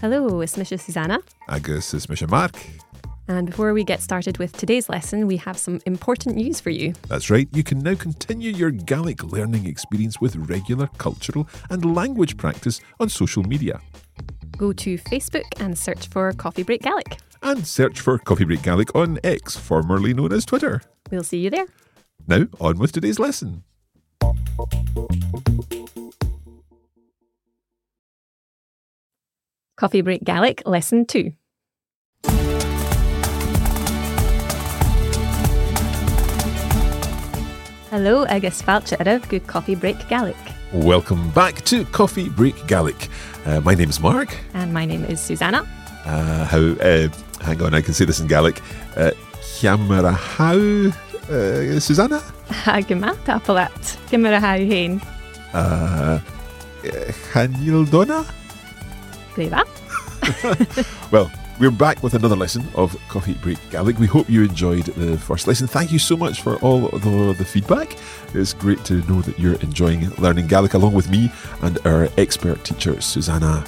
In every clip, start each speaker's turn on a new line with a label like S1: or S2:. S1: Hello, it's Misha Susanna.
S2: Agus is Misha Mark.
S1: And before we get started with today's lesson, we have some important news for you.
S2: That's right, you can now continue your Gaelic learning experience with regular cultural and language practice on social media.
S1: Go to Facebook and search for Coffee Break Gaelic.
S2: And search for Coffee Break Gaelic on X, formerly known as Twitter.
S1: We'll see you there.
S2: Now, on with today's lesson.
S1: Coffee Break Gaelic, Lesson 2. Hello, agus fáilte arah go Coffee Break Gaelic.
S2: Welcome back to Coffee Break Gaelic. Uh, my name's Mark.
S1: And my name is Susanna.
S2: Uh, how, uh, hang on, I can say this in Gaelic. Uh, Chiamara how, uh, Susanna?
S1: Ha gymant apalat. Gymara hau hen.
S2: Uh, Hanildona?
S1: Gleiva.
S2: Well, we're back with another lesson of Coffee Break Gaelic. We hope you enjoyed the first lesson. Thank you so much for all the, the feedback. It's great to know that you're enjoying learning Gaelic along with me and our expert teacher, Susanna.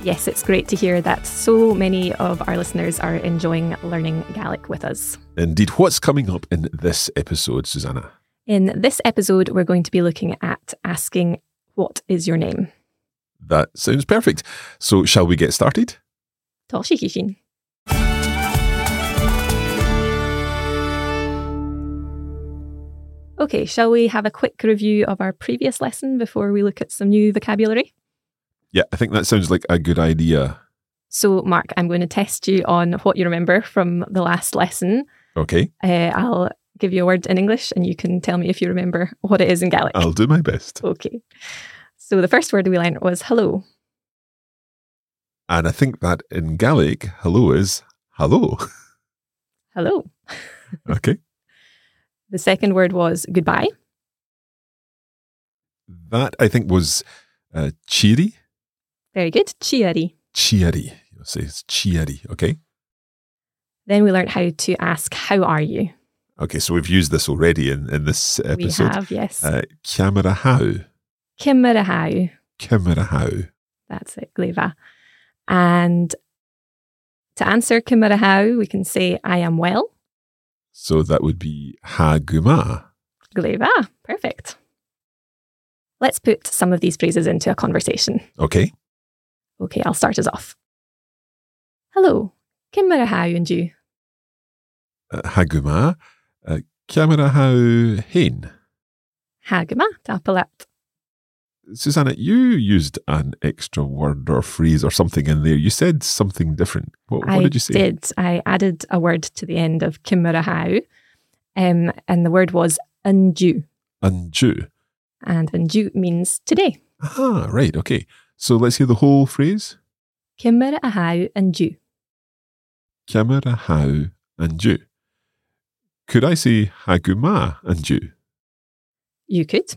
S1: Yes, it's great to hear that so many of our listeners are enjoying learning Gaelic with us.
S2: Indeed, what's coming up in this episode, Susanna?
S1: In this episode, we're going to be looking at asking, What is your name?
S2: That sounds perfect. So, shall we get started?
S1: Toshikishin. Okay, shall we have a quick review of our previous lesson before we look at some new vocabulary?
S2: Yeah, I think that sounds like a good idea.
S1: So, Mark, I'm going to test you on what you remember from the last lesson.
S2: Okay,
S1: Uh, I'll give you a word in English and you can tell me if you remember what it is in Gaelic.
S2: I'll do my best.
S1: Okay. So, the first word we learned was hello.
S2: And I think that in Gaelic, hello is hello.
S1: Hello.
S2: Okay.
S1: The second word was goodbye.
S2: That I think was uh, cheery.
S1: Very good. Chiari.
S2: Chiari. You'll say it's chiari. Okay.
S1: Then we learned how to ask, How are you?
S2: Okay. So we've used this already in, in this
S1: We
S2: episode.
S1: have, yes.
S2: Uh, camera how.
S1: Kimura how.
S2: Camera how.
S1: That's it, Gleva. And to answer Kimura how, we can say, I am well.
S2: So that would be haguma.
S1: Gleva. Perfect. Let's put some of these phrases into a conversation.
S2: Okay.
S1: Okay, I'll start us off. Hello. Kimura how and you?
S2: Uh, haguma. Uh, camera how hen.
S1: Hagama tapalat.
S2: Susanna, you used an extra word or phrase or something in there. You said something different. What, what
S1: I
S2: did you say?
S1: did. I added a word to the end of Kimura how, um, and the word was undue.
S2: Undue.
S1: And undue means today.
S2: Aha, Ah, right. Okay. So let's hear the whole phrase.
S1: Kimmer a how and you.
S2: Camera how undue. Could I say haguma undue?
S1: You could.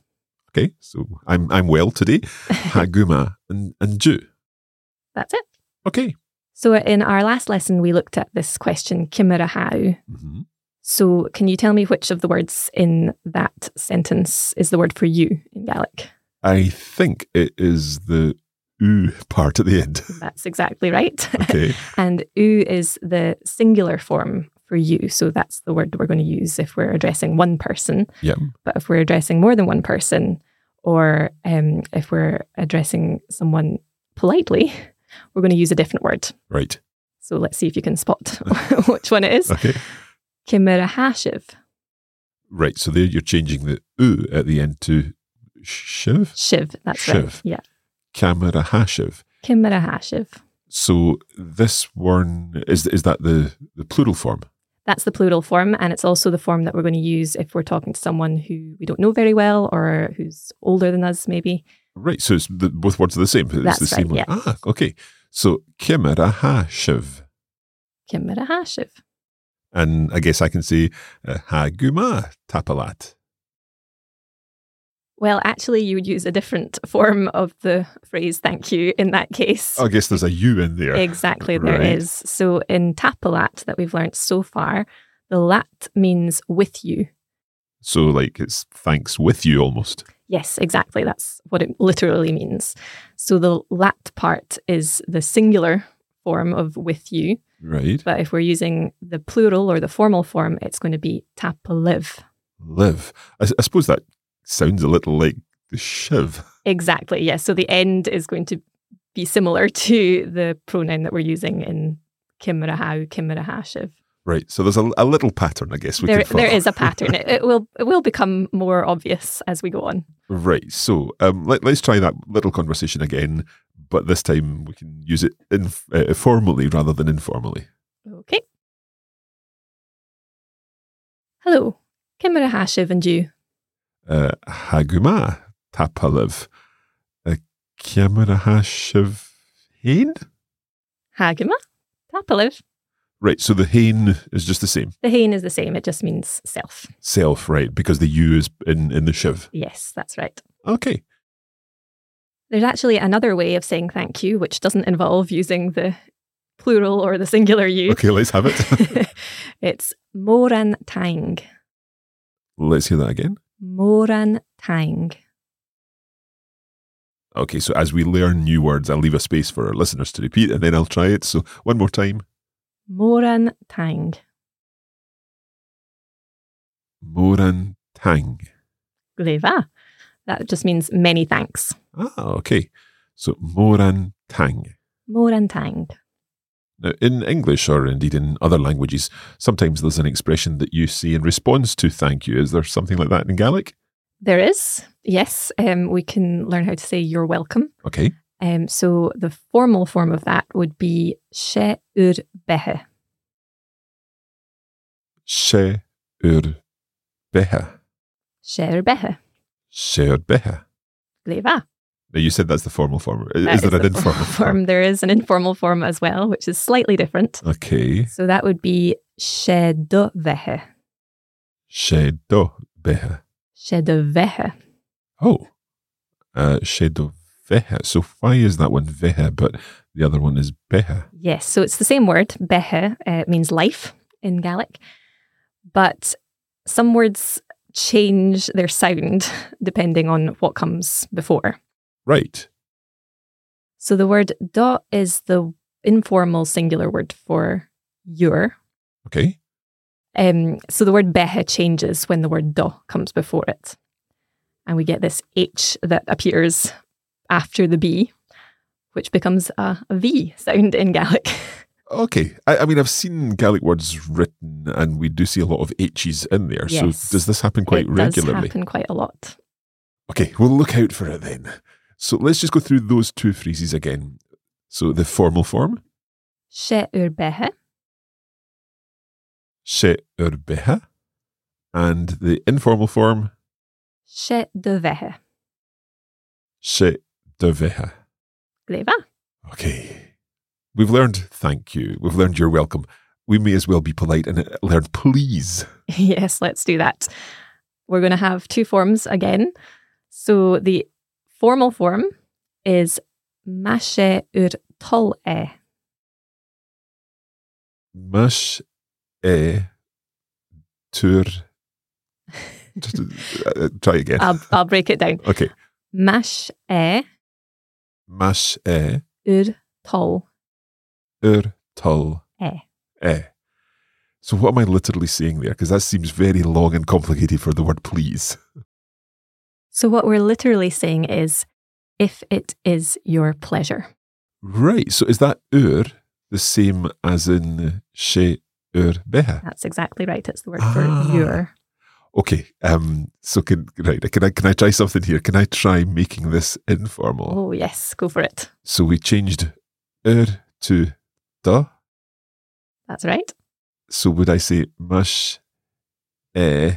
S2: Okay, so I'm I'm well today. Haguma and and Jew.
S1: That's it.
S2: Okay.
S1: So in our last lesson, we looked at this question, kimmer a how.
S2: Mm-hmm.
S1: So can you tell me which of the words in that sentence is the word for you in Gaelic?
S2: I think it is the oo part at the end.
S1: That's exactly right.
S2: Okay.
S1: and u is the singular form for you. So that's the word we're going to use if we're addressing one person.
S2: Yep.
S1: But if we're addressing more than one person, or um, if we're addressing someone politely, we're going to use a different word.
S2: right.
S1: So let's see if you can spot which one it is.
S2: Okay.
S1: Kimura Hashiv.
S2: Right. So there you're changing the oo at the end to shiv.
S1: Shiv, that's right.
S2: Shiv.
S1: Yeah.
S2: Camera hashiv.
S1: Kimura Hashiv.
S2: So this one is is that the the plural form?
S1: That's the plural form, and it's also the form that we're going to use if we're talking to someone who we don't know very well or who's older than us, maybe.
S2: Right. So it's the, both words are the same. It's
S1: That's
S2: the
S1: right,
S2: same
S1: yeah.
S2: one. Ah, okay. So Kimera Hashiv.
S1: Kimura Hashiv.
S2: And I guess I can say uh, Haguma Tapalat.
S1: Well, actually, you would use a different form of the phrase thank you in that case.
S2: I guess there's a U in there.
S1: Exactly, there is.
S2: Oh, Right.
S1: So in Tapalat that we've learnt so far, the lat means with you.
S2: So, like, it's thanks with you almost.
S1: Yes, exactly. That's what it literally means. So the lat part is the singular form of with you.
S2: Right.
S1: But if we're using the plural or the formal form, it's going to be tapa live.
S2: Live. I, s- I suppose that sounds a little like the shiv.
S1: Exactly. Yes. So the end is going to be similar to the pronoun that we're using in kimarahau, kimarahashiv.
S2: Right. So there's a, a little pattern, I guess. We
S1: There,
S2: can follow.
S1: there is a pattern. it, it will it will become more obvious as we go on.
S2: Right. So um, let, let's try that little conversation again, but this time we can use it inf- uh, formally rather than informally.
S1: Okay. Hello, kimarahashiv and you.
S2: Uh, Haguma tapalev hain.
S1: Hagima, tapaliv.
S2: Right. So the hain is just the same
S1: The hain is the same. It just means self.
S2: self, right? Because the u is in in the shiv.
S1: Yes, that's right.
S2: Okay.
S1: There's actually another way of saying thank you, which doesn't involve using the plural or the singular you.
S2: Okay. Let's have it.
S1: it's Moran Tang.
S2: let's hear that again.
S1: Moran Tang.
S2: Okay, so as we learn new words, I'll leave a space for our listeners to repeat and then I'll try it. So one more time.
S1: Moran Tang.
S2: Moran Tang.
S1: Gleva. That just means many thanks.
S2: Ah, okay. So Moran Tang.
S1: Moran Tang.
S2: Now, in English or indeed in other languages, sometimes there's an expression that you see in response to thank you. Is there something like that in Gaelic?
S1: There is, yes, um, we can learn how to say you're welcome.
S2: Okay.
S1: Um, so the formal form of that would be she ur behe.
S2: She ur beha.
S1: She ur behe.
S2: She ur beha.
S1: Gleva.
S2: Now, you said that's the formal form. Is,
S1: That
S2: is there
S1: the
S2: an informal form?
S1: form? There is an informal form as well, which is slightly different.
S2: Okay.
S1: So that would be shedovehe.
S2: She do beha.
S1: Shedovehe.
S2: Oh, uh, Shedo Veha. So why is that one Veha, but the other one is Beha?
S1: Yes, so it's the same word. Behe uh, means life in Gaelic, but some words change their sound depending on what comes before.
S2: Right.
S1: So the word do is the informal singular word for your.
S2: Okay.
S1: Um, so the word behe changes when the word do comes before it. And we get this H that appears after the B, which becomes a V sound in Gaelic.
S2: Okay. I, I mean, I've seen Gaelic words written, and we do see a lot of H's in there.
S1: Yes.
S2: So does this happen quite
S1: it
S2: regularly?
S1: Does happen quite a lot.
S2: Okay. We'll look out for it then. So let's just go through those two phrases again. So the formal form,
S1: She ur behe,
S2: She ur Beha, and the informal form,
S1: she de vehe.
S2: She de Veha.
S1: Gleva.
S2: Okay. We've learned thank you. We've learned you're welcome. We may as well be polite and learn please.
S1: Yes, let's do that. We're going to have two forms again. So the formal form is mashe ur tol e.
S2: Mush e tur. Just, uh, try again.
S1: I'll, I'll break it down.
S2: okay.
S1: Mash e
S2: Mash e
S1: ur tol.
S2: ur tul
S1: E.
S2: e. So what am I literally saying there? Because that seems very long and complicated for the word please.
S1: So what we're literally saying is if it is your pleasure.
S2: Right. So is that ur the same as in she ur beha?
S1: That's exactly right. It's the word
S2: Ah.
S1: for your.
S2: Okay. Um. So can right? Can I can I try something here? Can I try making this informal?
S1: Oh, yes, go for it.
S2: So we changed er to da.
S1: That's right.
S2: So would I say mash e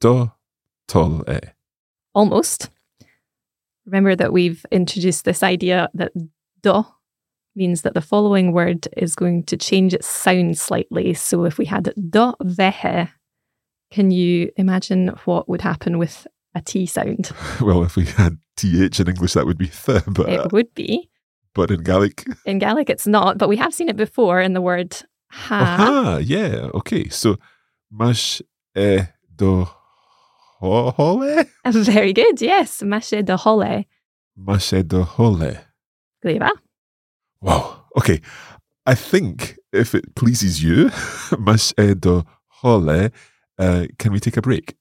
S2: da tol e?
S1: Almost. Remember that we've introduced this idea that do means that the following word is going to change its sound slightly. So if we had do vehe, can you imagine what would happen with a T sound?
S2: Well, if we had th in English, that would be th, but uh,
S1: It would be.
S2: but in Gaelic,
S1: In Gaelic, it's not, but we have seen it before in the word ha.
S2: Oh, aha, yeah, okay. So mash e do ho- hole?
S1: Very good. Yes. Mashe de hole.
S2: Mashe de e, hole.
S1: Gleba.
S2: Wow. Okay. I think if it pleases you, Mashe de hole, uh, can we take a break?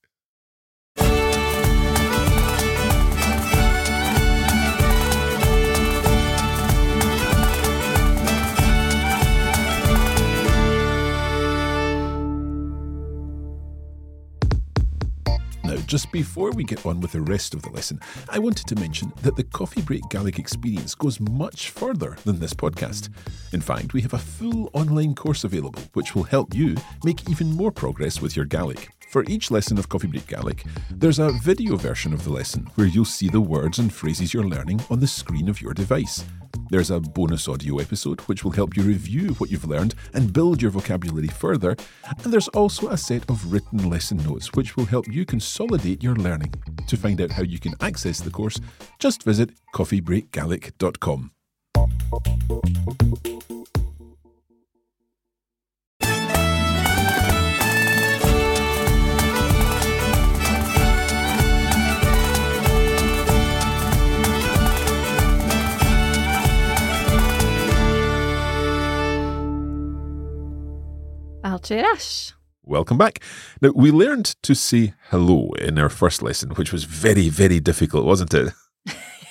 S2: Now, just before we get on with the rest of the lesson, I wanted to mention that the Coffee Break Gaelic experience goes much further than this podcast. In fact, we have a full online course available which will help you make even more progress with your Gaelic. For each lesson of Coffee Break Gaelic, there's a video version of the lesson where you'll see the words and phrases you're learning on the screen of your device. There's a bonus audio episode which will help you review what you've learned and build your vocabulary further. And there's also a set of written lesson notes which will help you consolidate your learning. To find out how you can access the course, just visit coffeebreakgaelic.com.
S1: Balchirash.
S2: Welcome back. Now, we learned to say hello in our first lesson, which was very, very difficult, wasn't it?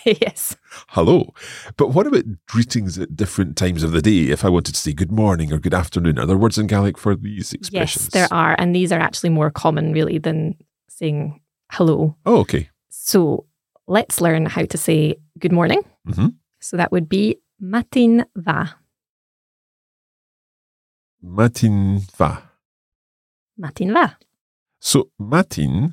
S1: yes.
S2: Hello. But what about greetings at different times of the day? If I wanted to say good morning or good afternoon, are there words in Gaelic for these expressions?
S1: Yes, there are. And these are actually more common, really, than saying hello.
S2: Oh, okay.
S1: So let's learn how to say good morning.
S2: Mhm.
S1: So that would be matin va.
S2: Matin va.
S1: Matin va.
S2: So, matin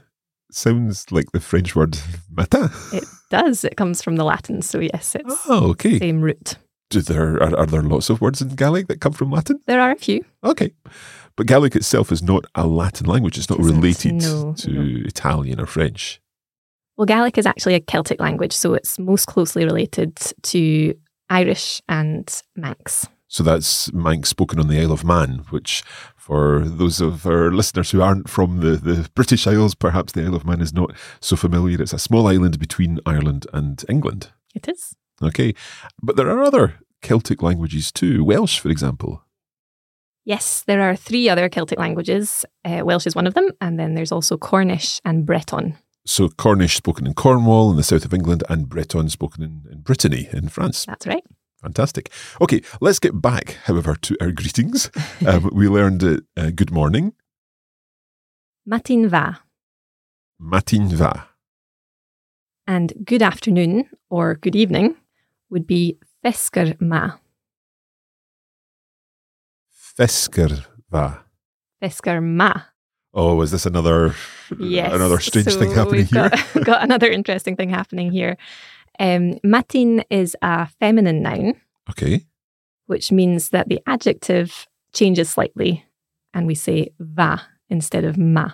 S2: sounds like the French word matin.
S1: It does. It comes from the Latin. So, yes, it's the
S2: Oh, okay.
S1: same root.
S2: Do there, are, are there lots of words in Gaelic that come from Latin?
S1: There are a few.
S2: Okay. But Gaelic itself is not a Latin language. It's not
S1: It isn't.
S2: related
S1: No,
S2: to
S1: no.
S2: Italian or French.
S1: Well, Gaelic is actually a Celtic language, so it's most closely related to Irish and Manx.
S2: So that's Manx spoken on the Isle of Man, which, for those of our listeners who aren't from the, the British Isles, perhaps the Isle of Man is not so familiar. It's a small island between Ireland and England.
S1: It is.
S2: Okay. But there are other Celtic languages too. Welsh, for example.
S1: Yes, there are three other Celtic languages. Uh, Welsh is one of them, and then there's also Cornish and Breton.
S2: So Cornish spoken in Cornwall in the south of England and Breton spoken in, in Brittany in France.
S1: That's right.
S2: Fantastic. Okay, let's get back, however, to our greetings. um, we learned uh, uh, good morning,
S1: Matin va,
S2: matin va,
S1: and good afternoon or good evening would be fesker ma.
S2: fesker va.
S1: Fesker ma.
S2: Oh, is this another
S1: Yes.
S2: another strange
S1: so
S2: thing happening
S1: we've
S2: here?
S1: Got, got another interesting thing happening here. Um, matin is a feminine noun.
S2: Okay,
S1: which means that the adjective changes slightly and we say va instead of ma.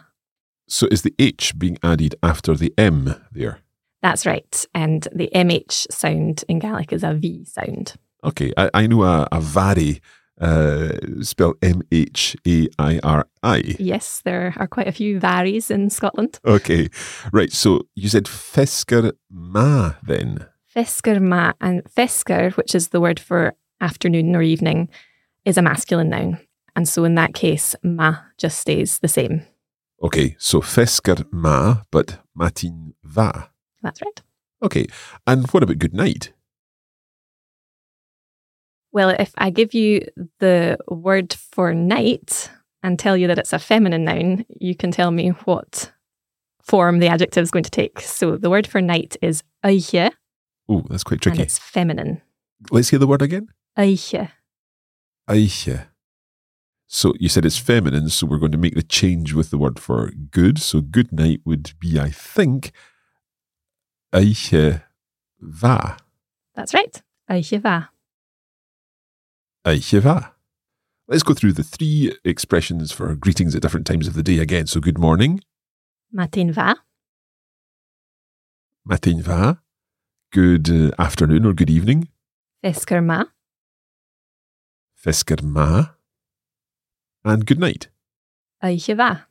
S2: so is the H being added after the M there?
S1: That's right. And the MH sound in Gaelic is a V sound.
S2: Okay, I, I know a, a vari uh, spelled M H A I R I.
S1: Yes, there are quite a few varies in Scotland.
S2: Okay, right. So you said fesker ma then.
S1: Fesker ma and fesker, which is the word for afternoon or evening, is a masculine noun. And so in that case, ma just stays the same.
S2: Okay, so fesker ma, but matin va.
S1: That's right.
S2: Okay, and what about good night?
S1: Well, if I give you the word for night and tell you that it's a feminine noun, you can tell me what form the adjective is going to take. So the word for night is eiche,
S2: Oh, that's quite
S1: and
S2: tricky.
S1: it's feminine.
S2: Let's hear the word again.
S1: Eiche.
S2: Eiche. So you said it's feminine, so we're going to make the change with the word for good. So good night would be, I think, Eiche va.
S1: That's right. Eiche va.
S2: Eiche va. Let's go through the three expressions for greetings at different times of the day again. So good morning,
S1: Matin va.
S2: matin va, good uh, afternoon or good evening,
S1: Fesker ma.
S2: fesker ma, and good night.
S1: Eiche va.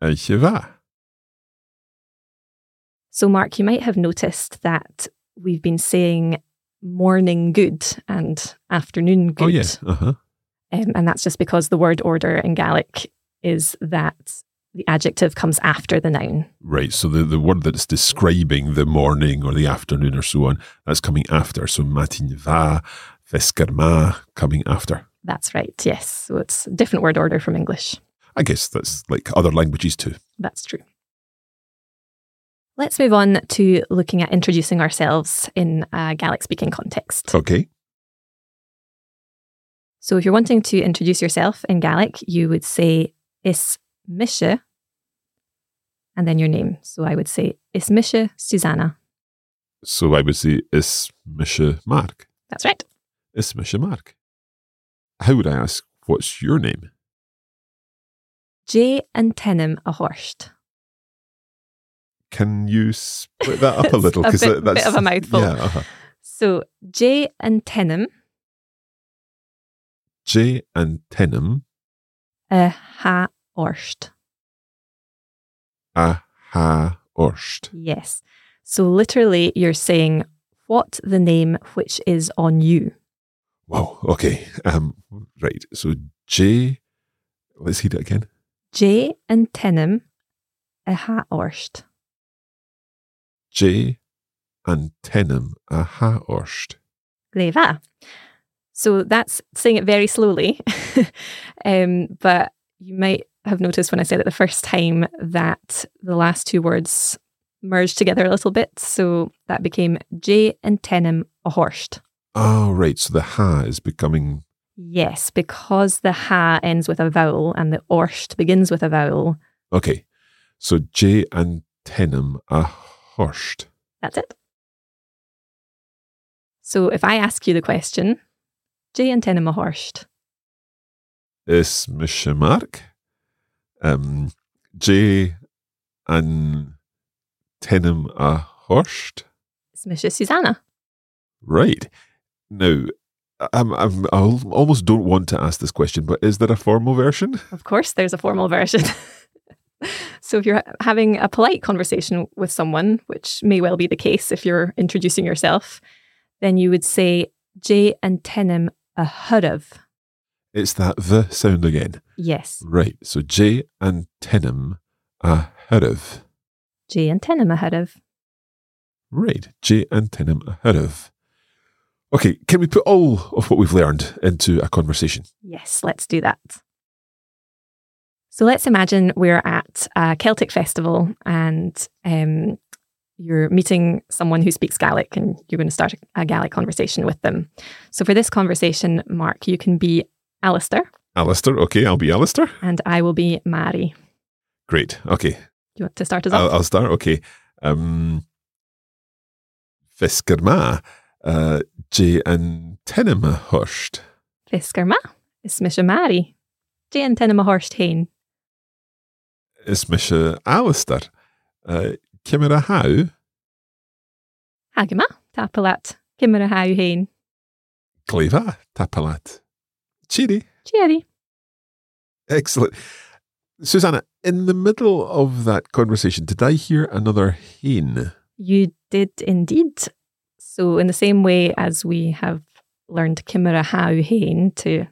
S2: An shiva.
S1: So, Mark, you might have noticed that we've been saying morning good and afternoon good.
S2: Oh, yes. Uh huh.
S1: Um, and that's just because the word order in Gaelic is that the adjective comes after the noun.
S2: Right. So the, the word that's describing the morning or the afternoon or so on, that's coming after. So matinva, veskarma, coming after.
S1: That's right. Yes. So it's a different word order from English.
S2: I guess that's like other languages too.
S1: That's true. Let's move on to looking at introducing ourselves in a Gaelic speaking context.
S2: Okay.
S1: So if you're wanting to introduce yourself in Gaelic, you would say Is Misha and then your name. So I would say Is Misha Susanna.
S2: So I would say is Misha Mark.
S1: That's right.
S2: Is Misha Mark. How would I ask what's your name?
S1: J and Tenim a Horst.
S2: Can you split that up a little?
S1: A
S2: 'Cause
S1: bit-
S2: that- that's
S1: bit of a mouthful.
S2: Yeah. Uh-huh.
S1: So J and Tenim
S2: J and Tenham
S1: a ha Orst.
S2: a ha orst.
S1: Yes. So literally you're saying what the name which is on you.
S2: Wow. Okay. Um. Right. So J. Let's hear it again.
S1: J and Tenim a ha Orst.
S2: J and Tenham a ha orst.
S1: Gleva. So that's saying it very slowly. um, but you might have noticed when I said it the first time that the last two words merged together a little bit. So that became J and tenim a horst.
S2: Oh, right. So the ha is becoming
S1: Yes, because the ha ends with a vowel and the orst begins with a vowel.
S2: okay. So J and Tenham a horst.
S1: That's it. So if I ask you the question, J and tenim a horst,
S2: is Mr. Mark. Um, J and Tenham a Horst.
S1: it's Misha Susanna.
S2: Right. Now, I'm, I'm, I al- almost don't want to ask this question, but is there a formal version?
S1: Of course, there's a formal version. so if you're having a polite conversation with someone, which may well be the case if you're introducing yourself, then you would say J and tenim a hurav.
S2: It's that the sound again.
S1: Yes,
S2: Right. So J and Tenham a Hurav.
S1: J and tenim a hurav.
S2: Right. J and Tenham a Hurav. Okay. Can we put all of what we've learned into a conversation?
S1: Yes, let's do that. So let's imagine we're at a Celtic festival and um, you're meeting someone who speaks Gaelic and you're going to start a Gaelic conversation with them. So for this conversation, Mark, you can be Alistair
S2: Alistair. Okay. I'll be Alistair.
S1: and I will be Mary.
S2: Great. Okay.
S1: Do you want to start us
S2: I'll,
S1: off?
S2: I'll start. Okay. Um, Fiskerma, uh, J and Tenema Hurst,
S1: Fiskerma, Ismisha Mary, Jane Tenema Horst Hain,
S2: Ismisha Alistair, uh, Kimera How,
S1: Hagima, Tapalat, Kimera Hau Hain,
S2: Gleva, Tapalat, Chidi.
S1: Cheery.
S2: Excellent. Susanna, in the middle of that conversation, did I hear another hen?
S1: You did indeed. So, in the same way as we have learned Kimura How Hain to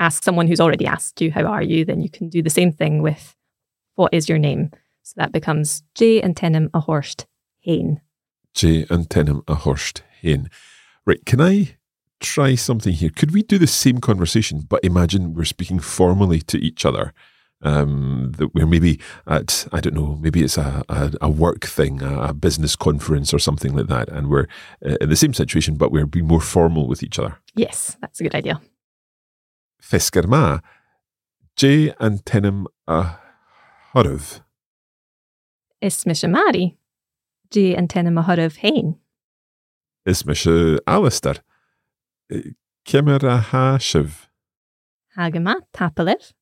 S1: ask someone who's already asked you, How are you? then you can do the same thing with What is your name? So that becomes J and Tenim a Horst Hain.
S2: J and Tenham a Hurst hen. Right, can I try something here? Could we do the same conversation, but imagine we're speaking formally to each other? Um, that we're maybe at, I don't know, maybe it's a, a, a work thing, a, a business conference or something like that, and we're uh, in the same situation, but we're being more formal with each other.
S1: Yes, that's a good idea.
S2: Fiskerma, J and Tenham a Hurv,
S1: Ismishamari, J and Tenim a Horv Hain.
S2: Ismisha Alistair, Uh, Kimera Hashiv,
S1: Hagama Tapalev,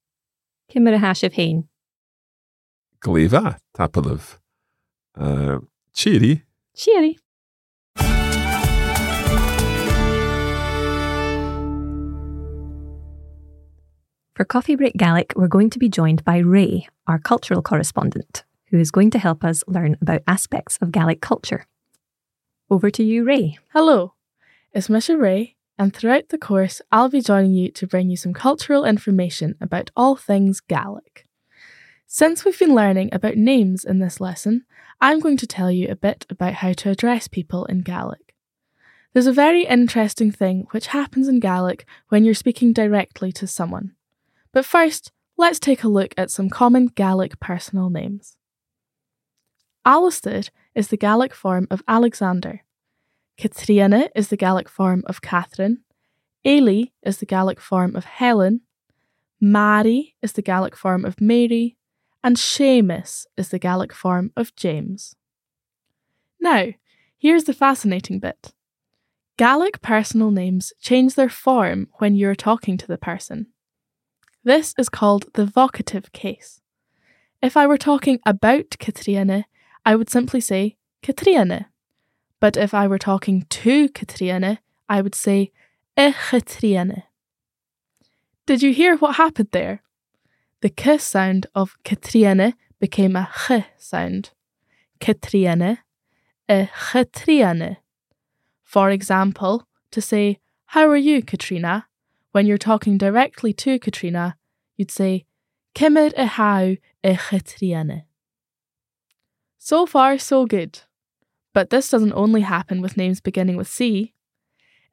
S1: Kimura Hashiv Hain,
S2: Gleva Tapalev. Uh, cheery.
S1: Cheery. For Coffee Break Gaelic, we're going to be joined by Ray, our cultural correspondent, who is going to help us learn about aspects of Gaelic culture. Over to you, Ray.
S3: Hello, it's Misha Ray, and throughout the course, I'll be joining you to bring you some cultural information about all things Gaelic. Since we've been learning about names in this lesson, I'm going to tell you a bit about how to address people in Gaelic. There's a very interesting thing which happens in Gaelic when you're speaking directly to someone. But first, let's take a look at some common Gaelic personal names. Alistair is the Gaelic form of Alexander. Catriona is the Gaelic form of Catherine. Ailey is the Gaelic form of Helen. Mary is the Gaelic form of Mary, and Seamus is the Gaelic form of James. Now, here's the fascinating bit. Gaelic personal names change their form when you're talking to the person. This is called the vocative case. If I were talking about Catriona, I would simply say Catriona. But if I were talking to Catriona, I would say e Catriona. Did you hear what happened there? The k sound of Catriona became a ch sound. Catriona, e Catriona. For example, to say, How are you, Katrina? When you're talking directly to Katrina, you'd say, Kimmer e hau e Catriona. So far, so good. But this doesn't only happen with names beginning with C.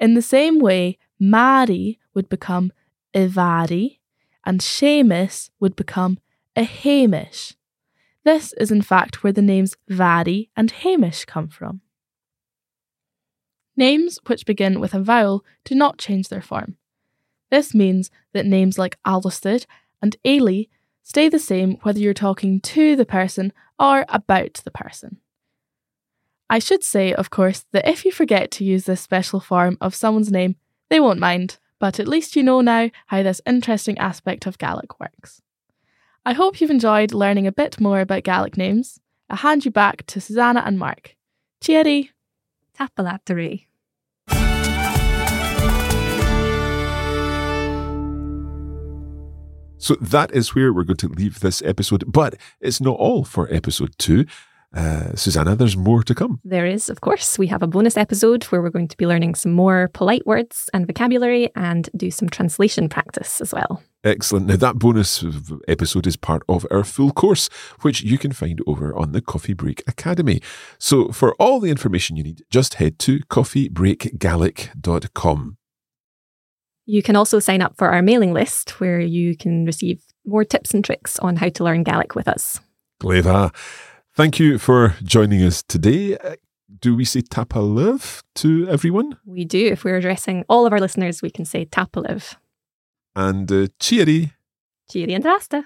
S3: In the same way, Mari would become Ivari and Seamus would become a Hamish. This is in fact where the names Vari and Hamish come from. Names which begin with a vowel do not change their form. This means that names like Alistair and Ailey stay the same whether you're talking to the person or about the person. I should say, of course, that if you forget to use this special form of someone's name, they won't mind, but at least you know now how this interesting aspect of Gaelic works. I hope you've enjoyed learning a bit more about Gaelic names. I hand you back to Susanna and Mark. Cheerie!
S1: Tapal at the Ray.
S2: So that is where we're going to leave this episode, but it's not all for episode two. Uh, Susanna, there's more to come.
S1: There is, of course, we have a bonus episode where we're going to be learning some more polite words and vocabulary and do some translation practice as well.
S2: Excellent. Now, that bonus v- episode is part of our full course, which you can find over on the Coffee Break Academy. So, for all the information you need, just head to coffeebreakgaelic.com.
S1: You can also sign up for our mailing list where you can receive more tips and tricks on how to learn Gaelic with us.
S2: Gleva. Thank you for joining us today. Uh, Do we say tapa love to everyone?
S1: We do, if we're addressing all of our listeners, we can say Tapaliv.
S2: And uh, cheerie.
S1: Cheerie and Rasta.